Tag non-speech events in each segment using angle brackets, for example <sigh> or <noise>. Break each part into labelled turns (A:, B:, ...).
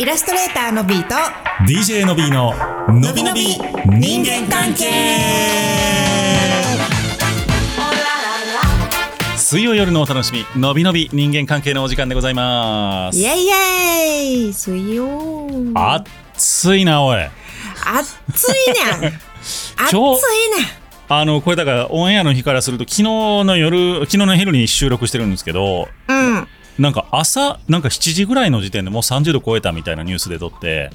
A: イラストレーターのビーと
B: DJ のびーののびのび人間関係水曜夜のお楽しみのびのび人間関係のお時間でございます
A: イエイイエイ水曜
B: 暑いなおい
A: 暑いねん暑い
B: <laughs> 超
A: ねん
B: あのこれだからオンエアの日からすると昨日の夜昨日の昼に収録してるんですけど
A: うん
B: なんか朝なんか7時ぐらいの時点でもう30度超えたみたいなニュースで撮って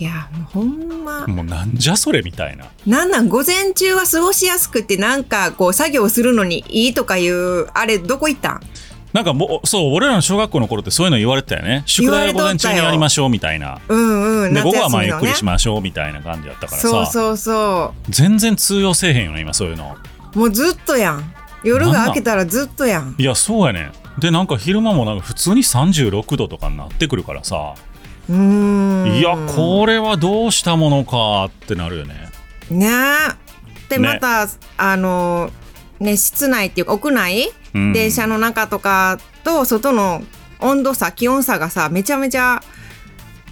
A: いやもうほんま、
B: もうなんじゃそれみたいな
A: なんなん午前中は過ごしやすくてなんかこう作業するのにいいとかいうあれどこ行ったん
B: なんかもうそう俺らの小学校の頃ってそういうの言われてたよね宿題を午前中にやりましょうみたいな
A: うんうん
B: で午後はまあ
A: 夏休み
B: ゆっ
A: の
B: く
A: ね
B: りしましょうみたいな感じだったからさ
A: そうそうそ
B: 全然通用せえへんよね今そういうの
A: うもうずっとやん夜が明けたらずっとやん
B: いやそうやねんでなんか昼間もなんか普通に36度とかになってくるからさ、
A: うーん
B: いやこれはどうしたものかってなるよね
A: ねえで
B: ね
A: また、あのね室内っていうか屋内、
B: うん
A: 電車の中とかと外の温度差気温差がさめちゃめちゃ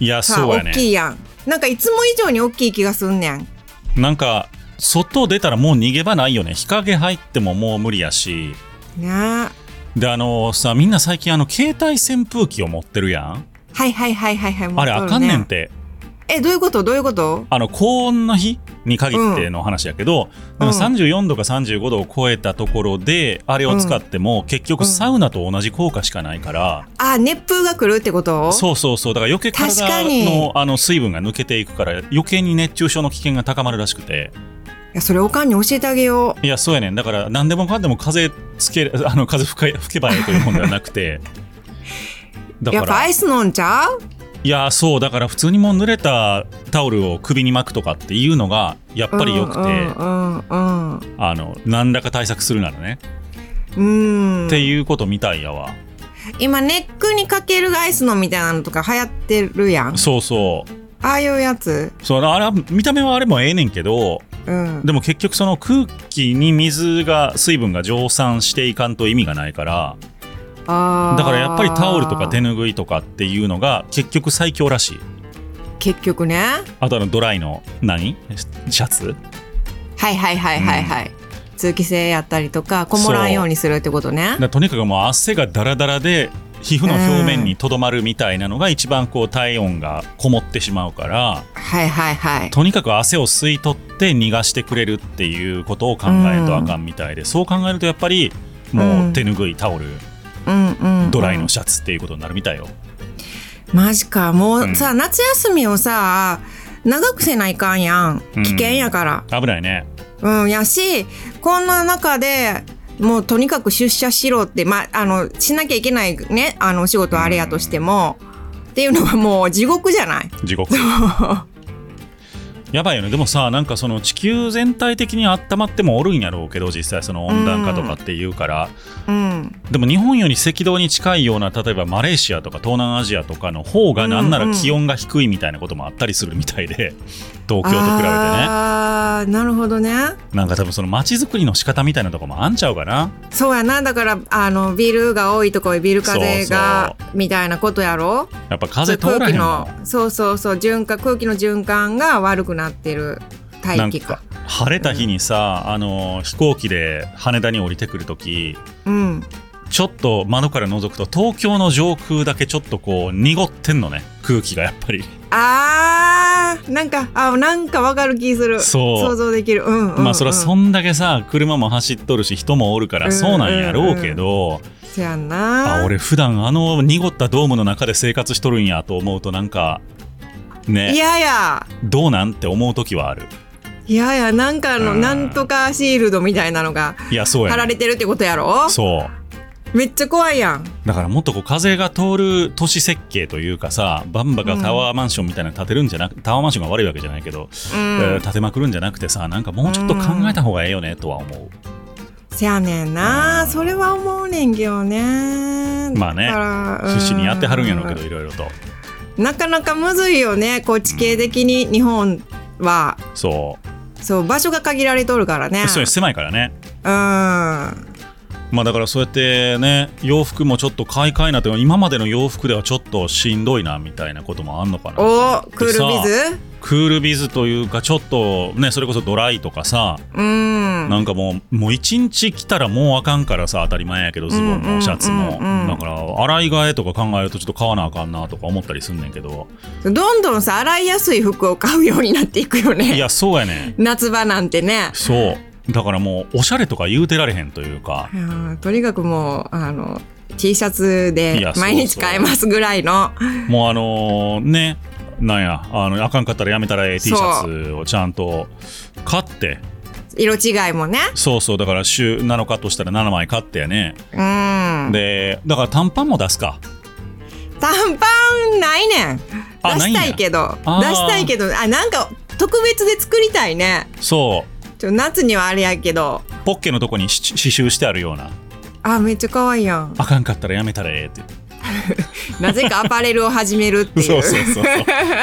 B: いや
A: さ、
B: そうやね
A: 大きいやんなんかいつも以上に大きい気がすんねん
B: なんか外出たらもう逃げ場ないよね日陰入ってももう無理やし
A: ねえは
B: であのさみんな最近あの携帯扇風機を持ってるや
A: い
B: ん
A: はいはいはいはい
B: あれ
A: も
B: あ
A: うそ
B: か
A: うんね
B: ねんって
A: えどういうことどういうこと
B: あの高温の日に限っての話やけど、でも34度か35度を超えたところであれを使っても結局サウナと同じ効果しかないから、
A: あ熱風が来るってこと
B: そうそうそうだから余計
A: 確か
B: 体
A: に
B: のあの水分が抜けていくから余計に熱中症の危険が高まるらしくて
A: いやそれおかんに教えてあげよう
B: いやそうやねんだから何でもかんでも風つけあの風吹け吹けばええというもんではなくて
A: <laughs>
B: だ
A: や
B: か
A: っぱ
B: ら
A: アイス飲んちゃう
B: いやそうだから普通にもう濡れたタオルを首に巻くとかっていうのがやっぱり良くて、
A: うんうんうん
B: あの何らか対策するならね
A: うん、うん
B: っていうことみたいやわ、
A: 今ネックにかけるアイスのみたいなのとか流行ってるやん
B: そうそう
A: ああいうやつ
B: そうあれは見た目はあれもええねんけど
A: うん
B: でも結局その空気に水が水分が蒸散していかんと意味がないから
A: あー
B: だからやっぱりタオルとか手ぬぐいとかっていうのが結局最強らしい
A: 結局ね
B: あとあのドライの何シャツ
A: はいはいはいはいはい、通気性やったりとかこもらんようにするってことね
B: だからとにかくもう汗がダラダラで皮膚の表面にとどまるみたいなのが一番こう体温がこもってしまうから
A: はいはいはい
B: とにかく汗を吸い取って逃がしてくれるっていうことを考えとあかんみたいで、そう考えるとやっぱりもう手ぬぐいタオル、
A: うんうん、うん
B: ドライのシャツっていうことになるみたいよ、
A: マジかもうさ、
B: う
A: 夏休みをさ長くせないかんやん
B: うん
A: 危険やから
B: 危ないね
A: うん、やしこんな中でもうとにかく出社しろってまああのしなきゃいけないねあのお仕事あれやとしても、っていうのはもう地獄じゃない
B: 地獄 <laughs> やばいよねでもさなんかその地球全体的に温まってもおるんやろうけど実際その温暖化とかっていうから、
A: うん
B: でも日本より赤道に近いような例えばマレーシアとか東南アジアとかの方がなんなら気温が低いみたいなこともあったりするみたいで、東京と比べてね。
A: あーなるほどね
B: なんか多分その街づくりの仕方みたいなとこもあんちゃうかな
A: そうやなだからあのビルが多いとこへビル風がみたいなことやろ
B: やっぱ風通ら
A: 空
B: へ
A: 気
B: んも
A: のそうそうそう循環空気の循環が悪くなってる
B: んな
A: 大
B: ん
A: 気か
B: か晴れた日にさ、あの飛行機で羽田に降りてくるとき
A: うん
B: ちょっと窓から覗くと東京の上空だけちょっとこう濁ってんのね空気がやっぱり
A: あーなんかあなんかわかる気する
B: そう
A: 想像できるうんうん、うん、
B: まあそりゃそんだけさ車も走っとるし人もおるからそうなんやろうけど、
A: そやんな
B: あ俺普段あの濁ったドームの中で生活しとるんやと思うとなんか
A: い
B: ね
A: やや
B: どうなんって思う時はある
A: いややなんかあの
B: うん
A: なんとかシールドみたいなのが
B: いやそう
A: 貼
B: や、
A: ら
B: ね、
A: れてるってことやろ
B: そう
A: めっちゃ怖いやん
B: だからもっとこう風が通る都市設計というかさバンバがタワーマンションみたいなの建てるんじゃなくタワーマンションが悪いわけじゃないけど、
A: う
B: えー
A: ん
B: 建てまくるんじゃなくてさなんかもうちょっと考えた方がええよねとは思う、
A: せやねんな
B: うん
A: それは思うねんけどね
B: まあね
A: だからうん
B: 必死にやってはるんやろうけどいろいろと
A: なかなかむずいよねこう地形的に日本は
B: そう
A: そう場所が限られとるからね
B: そういう狭いからね
A: うん
B: まあだからそうやってね洋服もちょっと買い替えなって今までの洋服ではちょっとしんどいなみたいなこともあんのかな
A: おークールビズ
B: クールビズというかちょっとねそれこそドライとかさ
A: うん
B: なんかもうもう一日着たらもうあかんからさ当たり前やけどズボンもシャツも
A: うんうんうんうん
B: だから洗い替えとか考えるとちょっと買わなあかんなとか思ったりすんねんけど
A: どんどんさ洗いやすい服を買うようになっていくよ
B: い
A: ね
B: やそうやね
A: 夏場なんてね
B: そうだからもうおしゃれとか言うてられへんというか
A: いやーとにかくもうあの T シャツ
B: い
A: で
B: やそうそ
A: 毎
B: う
A: 日買えますぐらいの
B: もうあのねなんやあのあかんかったらやめたらええ T シャツをちゃんと買って
A: 色違いもね
B: そうそうだから週7日としたら7枚買ってやね
A: うん短
B: でだから短パンも出すか
A: パンないねん出
B: あない
A: し
B: んや
A: たいけど
B: あー
A: 出したいけどあなんか特別で作りたいね
B: そ
A: ちょ夏にはあれやけど
B: うポッケのとこにし刺繍してあるような
A: あめっちゃ可愛いや
B: <laughs>
A: ん
B: あかんかったらやめたらええって
A: なぜかアパレルを始めるってい
B: そううそうそうそう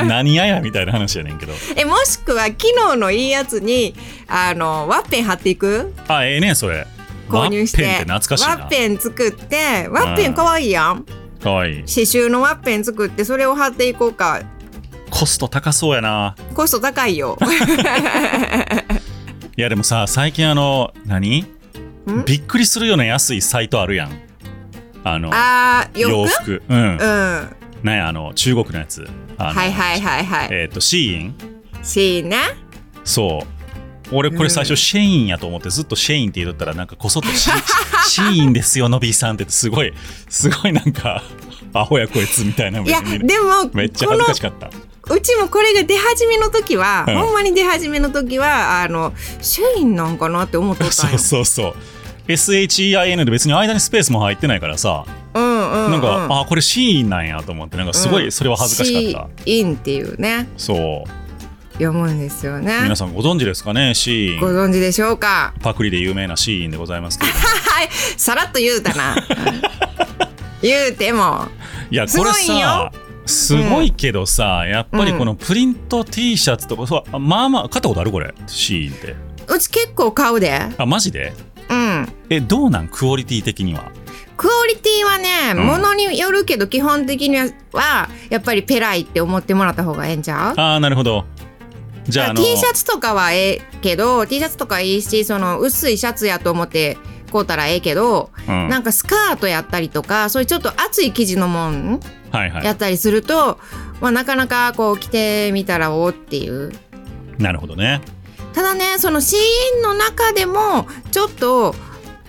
B: 何ややみたいな話やねんけど
A: えもしくは機能のいいやつにあのワッペン貼っていく
B: あええねんそれ
A: 購入して
B: ワッペンって懐かしい
A: ワ
B: な
A: ッペン作ってワッペン可愛いやん
B: かわいい
A: 刺繍のワッペン作ってそれを貼っていこうか
B: コスト高そうやな
A: コスト高い
B: <laughs>
A: よ
B: いやでもさ最近あの何
A: ん
B: びっくりするような安いサイトあるやんあの
A: あー
B: 洋
A: よく
B: 服うん
A: うんは
B: なんやあの中国のやつあの
A: いはいはいはい
B: えっ、とシーイン
A: シーンね
B: そう俺これ最
A: う
B: 初シェインやと思ってずっとシェインって言っとったらなんかこそっとシシーインですよのびーさんってすごいすごいなんかアホやこいつみたいない
A: やでも
B: めっちゃ
A: こ
B: 恥ず
A: の
B: かしかった
A: うちもこれが出始めの時は、
B: うん
A: ほんまに出始めの時はあのシェインなんかなって思っとったん
B: <laughs> そ
A: よ
B: うそうそう SHEIN で別に間にスペースも入ってないからさ、
A: うんうん、うん、
B: なんかあこれシーンなんやと思ってなんかすごいそれは恥ずかしかった、
A: シーインっていうね
B: そう
A: 読むんですよね
B: 皆さんご存知ですかねシ
A: ご
B: ーン
A: 存知でしょうか <laughs>
B: パクリで有名なシーンでございますけど
A: はいさらっと言うた
B: <laughs>
A: な言うても
B: いやこれさす
A: ごいよ
B: ごいけどさ、やっぱりこのプリント T シャツとかそうあまあまあ買ったことあるこれシーンって
A: うち結構買うで
B: あマジで
A: うん
B: えどうなんクオリティ的には
A: クオリティはね、
B: うん
A: ものによるけど基本的にはやっぱりペライって思ってもらった方がええんちゃう
B: ああなるほどじゃああの
A: T シャツとかはええけど T シャツとかいいしその薄いシャツやと思って買うたらええけど、
B: うん
A: なんかスカートやったりとかそういうちょっと厚い生地のもん
B: はいは
A: や
B: い
A: ったりすると、まあ、なかなかこう着てみたらおーっていう
B: なるほどね
A: ただねそのシーインの中でもちょっと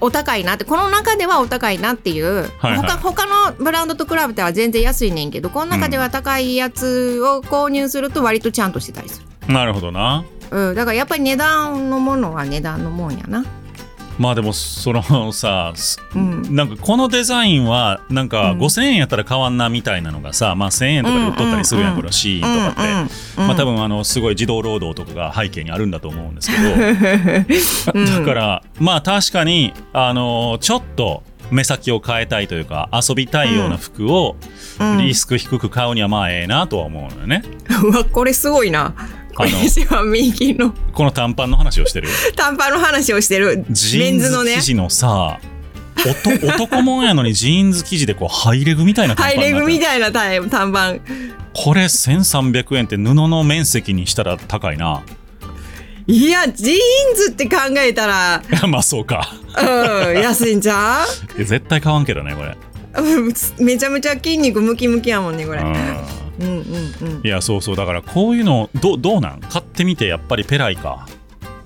A: お高いなってこの中ではお高いなっていう、
B: はいはい
A: 他他のブランドと比べたら全然安いねんけどこの中では高いやつを購入すると割とちゃんとしてたりする、
B: なるほどな
A: うん、だからやっぱり値段のものは値段のもんやな
B: まあでもそのさす
A: うん
B: なんかこのデザインはなんか
A: うん
B: 5000円やったら変わんなみたいなのがさ、まあ1000円とかで売っとったりするや
A: うんう
B: ん、
A: んうん
B: このシーンとかって、まあ多分あのすごい児童労働とかが背景にあるんだと思うんですけど
A: うん
B: だからまあ確かにあのちょっと目先を変えたいというか遊びたいような服を
A: うん
B: リスク低く買うにはまあええなとは思うのよね。
A: <laughs> うわこれすごいなこれは右の
B: この短パンの話をしてる
A: 短パンの話をしてる
B: ジ
A: メ
B: ー
A: ン
B: ン
A: ズの
B: ズ
A: ね
B: 生地のさおと <laughs> 男もんやのにジーンズ生地でこうハイレグみたいな短
A: ハ
B: パ
A: イ
B: ンになって
A: レ
B: る
A: グみたいなタイム短パン
B: これ1300円って布の面積にしたら高いな <laughs>
A: いやジーンズって考えたら
B: まあそうか
A: うん、安いんちゃう
B: いや絶対買わんけどねこれ
A: うんめちゃめちゃ筋肉ムキムキやもんねこれ。
B: うん
A: うんうんうん。
B: いやそうそうだからこういうのどどうなん買ってみてやっぱりペライか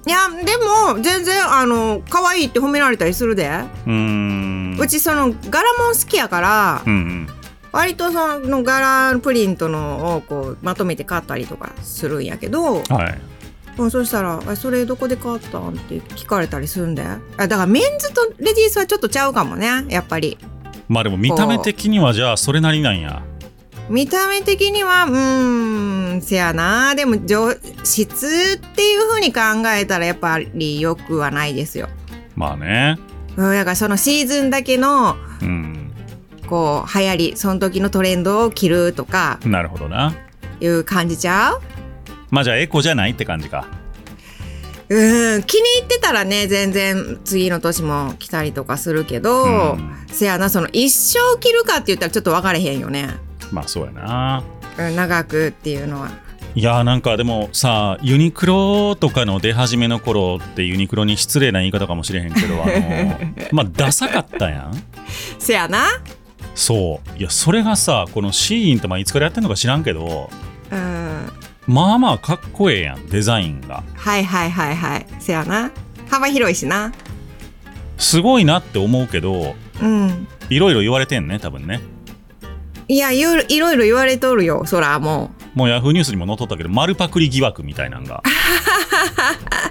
A: いやでも全然あの可愛いって褒められたりするで。
B: うーん
A: うちその柄もん好きやから
B: う、んうん
A: 割とその柄プリントのをこうまとめて買ったりとかするんやけど、
B: はい
A: うん、そしたらあ「それどこで買ったん?」って聞かれたりするんであだからメンズとレディースはちょっとちゃうかもねやっぱり
B: まあでも見た目的にはじゃあそれなりなんや
A: 見た目的にはうーんせやなでも上質っていう風に考えたらやっぱり良くはないですよ。
B: まあね
A: うんだからそのシーズンだけの
B: うん
A: こう流行りその時のトレンドを着るとか
B: なるほどな
A: いう感じちゃう
B: まあじゃあエコじゃないって感じか
A: うん気に入ってたらね全然次の年も来たりとかするけど、
B: うん
A: せやなその一生着るかって言ったらちょっと分かれへんよね、
B: まあそうやな
A: うん、長くっていうのは。
B: いやーなんかでもさユニクロとかの出始めの頃ってユニクロに失礼な言い方かもしれへんけどあのーまあダサかったやん
A: せやな、
B: そういやそれがさこのシーインってまあいつからやってんのか知らんけど
A: うん、
B: まあまあかっこええやんデザインが
A: はいはいはいはいせやな幅広いしな。
B: すごいなって思うけど
A: うん
B: いろいろ言われてんね多分ね
A: いやいろいろいろ言われとるよそらも
B: もうヤフーニュースにも載っとったけど丸パクリ疑惑みたいなのが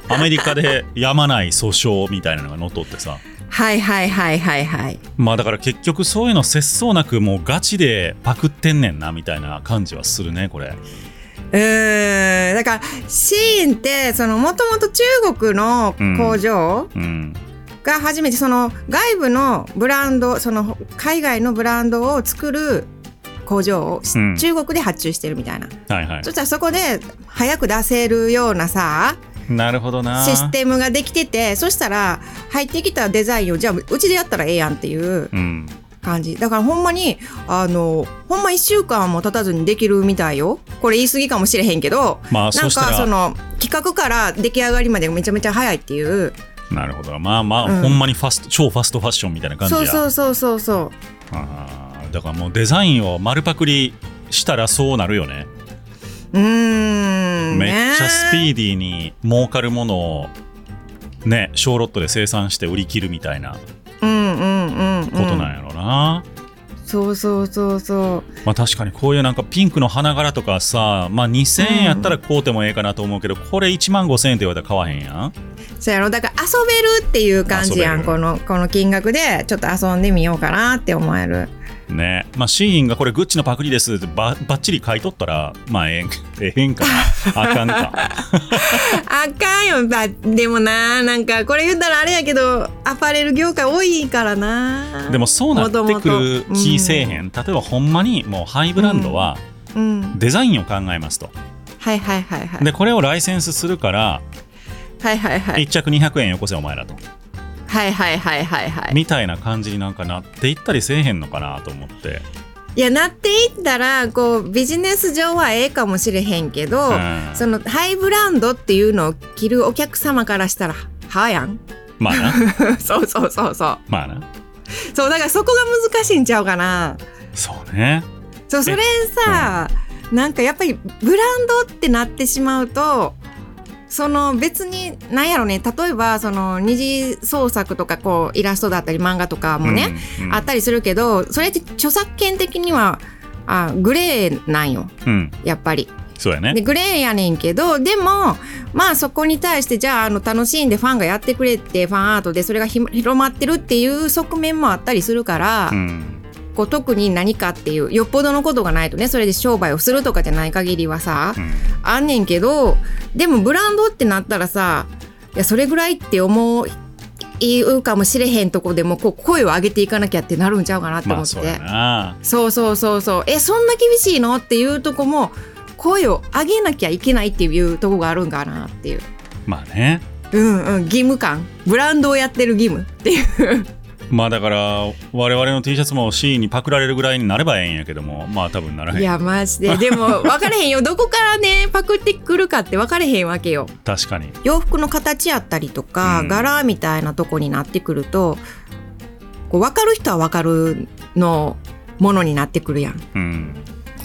B: アメリカでやまない訴訟みたいなのが載っとってさ
A: うはいはいはいはいはい
B: まあだから結局そういうの節操なくもうガチでパクってんねんなみたいな感じはするねこれ
A: うーんだからシーンってそのもともと中国の工場
B: うん
A: が初めてその外部のブランドその海外のブランドを作る工場をし
B: うん
A: 中国で発注してるみたいな、
B: はいはい
A: そしたらそこで早く出せるようなさ
B: なるほどな
A: システムができててそしたら入ってきたデザインをじゃあうちでやったらええやんっていう
B: うん
A: 感じだからほんまにあのほんま1週間も経たずにできるみたいよこれ言い過ぎかもしれへんけど
B: まあ
A: な
B: そ
A: ん
B: した
A: からその企画から出来上がりまでめちゃめちゃ早いっていう
B: なるほどまあまあ、
A: うん
B: ほんまにファスト超ファストファッションみたいな感じ
A: そ
B: や
A: うそうそうそうそ
B: あーだからもうデザインを丸パクリしたらそうなるよね
A: ううーん
B: めっちゃス
A: ー
B: ピーディーに儲かるものをね小ロットで生産して売り切るみたいなこ
A: うんうんうん、うん、
B: となんやろな、
A: そうそうそうそう
B: まあ確かにこういうなんかピンクの花柄とかさ、まあ、2000円やったら買うてもええかなと思うけど、これ1万5000円って言われたら買わへんやん
A: そうやろだから遊べるっていう感じや
B: 遊
A: ん
B: べる
A: このこの金額でちょっと遊んでみようかなって思える
B: ねまあシーインがこれグッチのパクリですってばばっちり買い取ったらまあええんええん
A: <laughs>
B: かなあかんか
A: あかんよだでもななんかこれ言ったらあれやけどアパレル業界多いからな
B: でもそうなってくる気せえへん、例えばほんまにもうハイブランドは
A: うん
B: デザインを考えますと、
A: はいはいはいはい
B: でこれをライセンスするから
A: はいはいはい
B: 1着200円よこせお前らと、
A: はいはいはいはいはい
B: みたいな感じになんかなっていったりせえへんのかなと思って、
A: いやなっていったらこうビジネス上はええかもしれへんけど、
B: うん
A: そのハイブランドっていうのを着るお客様からしたらはやん <laughs>
B: まあな
A: そうそうそうそう
B: まあな
A: そうだからそこが難しいんちゃうかな
B: そうね
A: そうそれさ、なんかやっぱりブランドってなってしまうとその別になんやろね例えばその二次創作とかこうイラストだったり漫画とかもね、、
B: うんうん
A: あったりするけどそれって著作権的にはあグレーなんよ
B: うん
A: やっぱり。
B: そうやね
A: でグレーやねんけどでもまあそこに対してじゃああの楽しんでファンがやってくれてファンアートでそれがひ広まってるっていう側面もあったりするから。
B: うん
A: こう特に何かっていうよっぽどのことがないとねそれで商売をするとかじゃない限りはさ
B: うん
A: あんねんけどでもブランドってなったらさいやそれぐらいって思う言うかもしれへんとこでもこう声を上げていかなきゃってなるんちゃうかなって
B: ま
A: 思
B: あ
A: って、
B: そうやな
A: そうそうそうそうえそんな厳しいのっていうとこも声を上げなきゃいけないっていうとこがあるんかなっていう
B: まあね
A: うんうん義務感ブランドをやってる義務っていう
B: まあだから我々の T シャツも C にパクられるぐらいになればええんやけどもまあ多分なら
A: い
B: へん
A: やマジででも分かれへんよどこからねパクってくるかって分かれへんわけよ
B: 確かに
A: 洋服の形やったりとか、
B: うん
A: 柄みたいなとこになってくるとこう分かる人は分かるのものになってくるやん
B: うん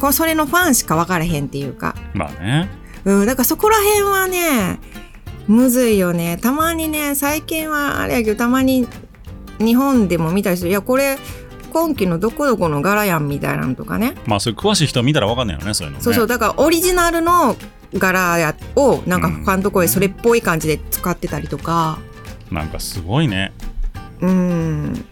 A: こうそれのファンしか分からへんっていうか、
B: まあね
A: うん、だからそこら辺はねむずいよねたまにね最近はあれやけどたまに日本でも見たりするいやこれ今期のどこどこの柄やんみたいなのとかね
B: まあそういう詳しい人見たらわかんないよねそういうのね
A: そうそうだからオリジナルの柄やをなんか他のところでそれっぽい感じで使ってたりとか
B: なんかすごいね
A: うん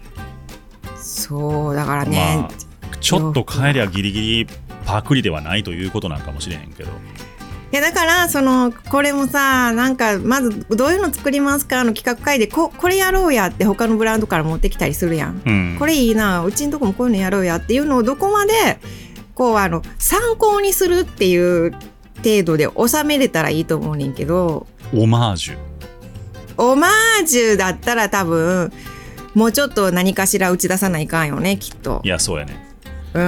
A: そうだからね
B: ま、あちょっと帰りゃギリギリパクリではないということなんかもしれへんけど
A: いやだからそのこれもさなんかまずどういうの作りますかの企画会でここれやろうやって他のブランドから持ってきたりするやん。
B: うん
A: これいいなうちのとこもこういうのやろうやっていうのをどこまでこうあの参考にするっていう程度で収めれたらいいと思うねんけど
B: オマージュ
A: オマージュだったら多分もうちょっと何かしら打ち出さないかんよねきっと
B: い。やそうやね
A: うん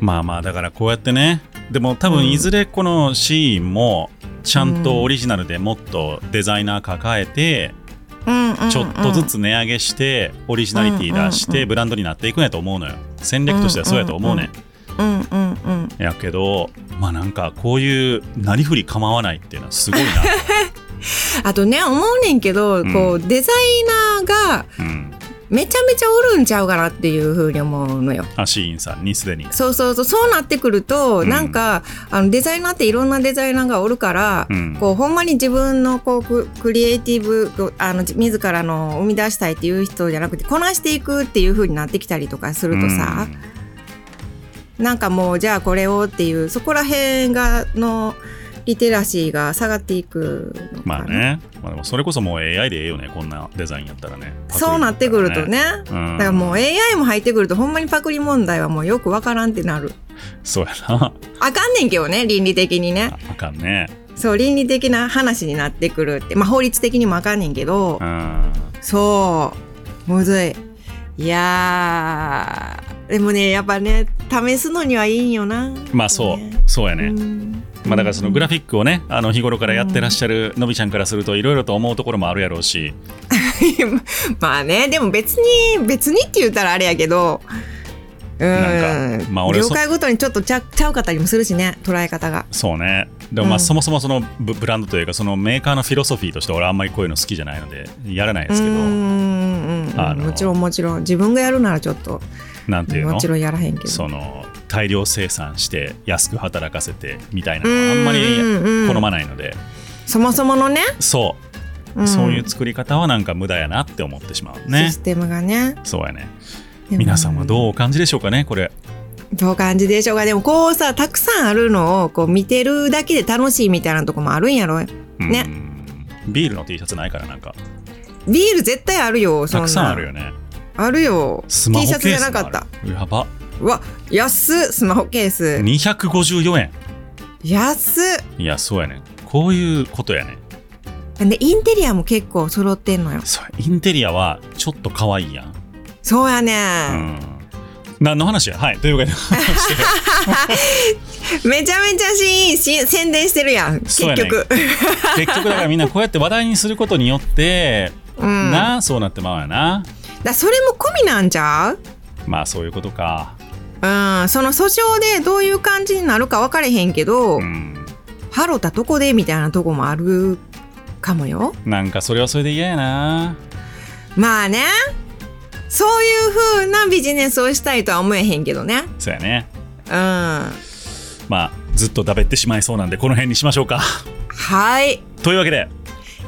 B: まあまあだからこうやってねでも多分いずれこのシーンもちゃんとオリジナルでもっとデザイナー抱えて、
A: うんうんうん、
B: ちょっとずつ値上げしてオリジナリティ出し
A: うんうんう
B: てブランドになっていくんやと思うのよ戦略としてはそうやと思うねん、
A: うんうんうんうん、
B: やけどまあなんかこういうなりふり構わないっていうのは
A: <laughs>
B: すごいな、
A: あとね思うねんけど、
B: ん
A: こうデザイナーが
B: うん、
A: めちゃめちゃおるんちゃうかなっていうふうに思うのよ。
B: あシーンさんにすでに
A: そうそうそうそうなってくると、
B: うん
A: なんかあのデザイナーっていろんなデザイナーがおるから、
B: うん
A: こうほんまに自分のこうククリエイティブこうあのじ自らの生み出したいっていう人じゃなくてこなしていくっていう風になってきたりとかするとさ、なんかもうじゃあこれをっていうそこら辺がのリテラシーが下がっていくのかな
B: まあね、まあ、でもそれこそもう AI でええよねこんなデザインやったらね
A: そうなってくると、ね
B: パクリだからねう
A: だ
B: ん、
A: からもう AI も入ってくるとほんまにパクリ問題はもうよくわからんってなる
B: そうやな
A: あかんねんけどね倫理的にね
B: ああかんね
A: そう倫理的な話になってくるってまあ法律的にもあかんねんけど
B: うん
A: そうむずいいやーでもねやっぱね試すのにはいいんよな
B: まあそう、
A: ね
B: そうやね、
A: うん
B: まあ、だからそのグラフィックをねあの日頃からやってらっしゃるのびちゃんからするといろいろと思うところもあるやろうし
A: <laughs> まあねでも別に別にって言ったらあれやけどう
B: なんか
A: ん、
B: まあ俺
A: 業
B: そ
A: 界ごとにちょっとちゃちゃうかったりもするしね捉え方が
B: そうねでもま
A: う
B: あ
A: ん
B: そもそもそのブブランドというかそのメーカーのフィロソフィーとして俺あんまりこういうの好きじゃないのでやらないですけど
A: うーんうんうん
B: あの
A: もちろんもちろん自分がやるならちょっと
B: なんていう
A: も
B: の
A: ちろんやらへんけど
B: その大量生産して安く働かせてみたいな
A: う
B: の
A: ん
B: はあんま
A: うんうん
B: り好まないので
A: そもそものね、
B: そ
A: ん
B: うそういう作り方はなんか無駄やなって思ってしまうね
A: システムがね
B: そうやね
A: でも
B: 皆さんはどうお感じでしょうかねこれ
A: どう感じでしょうかでもこうさたくさんあるのをこう見てるだけで楽しいみたいなとこもあるんやろ
B: うん
A: ね
B: ビールの T シャツないからなんか
A: ビール絶対あるよそん
B: た
A: な
B: くさんあるよね
A: あるよ
B: スマ
A: T
B: ホ
A: シ
B: ケ
A: ャ
B: ー
A: ツじゃ
B: ス
A: な
B: も
A: か
B: あ
A: っ
B: る
A: た
B: やば
A: うわ安っスマホケース
B: 254円
A: 安っ
B: いやそうやねこういうことやね
A: でインテリアも結構揃ってんのよ
B: そうインテリアはちょっと可愛いやん、
A: そうやね
B: う、ん、何の話やはいとい
A: <laughs>
B: うわけで
A: めちゃめちゃしし宣伝してるやん結
B: そうやね
A: 局
B: 結局だからみんなこうやって話題にすることによって、
A: うん
B: なあそうなってまうやな
A: だそれも込みなんちゃう
B: まあそういうことか
A: うん、その訴訟でどういう感じになるか分かれへんけど、
B: うん
A: ハロタとこでみたいなとこもあるかもよ
B: なんかそれはそれで嫌やな
A: まあねそういう風なビジネスをしたいとは思えへんけどね
B: そうやね
A: うんは
B: まあずっとだべってしまいそうなんでこの辺にしましょうか
A: い
B: というわけで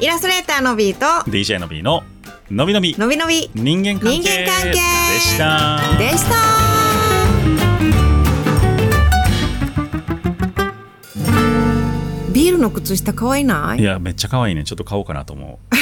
A: イラストレーターのビート
B: DJ の B ののびのび
A: のびのび
B: 人間関係
A: 人間関係
B: でした
A: でしたビールの靴下可愛いない
B: いやめっちゃ可愛いねちょっと買おうかなと思う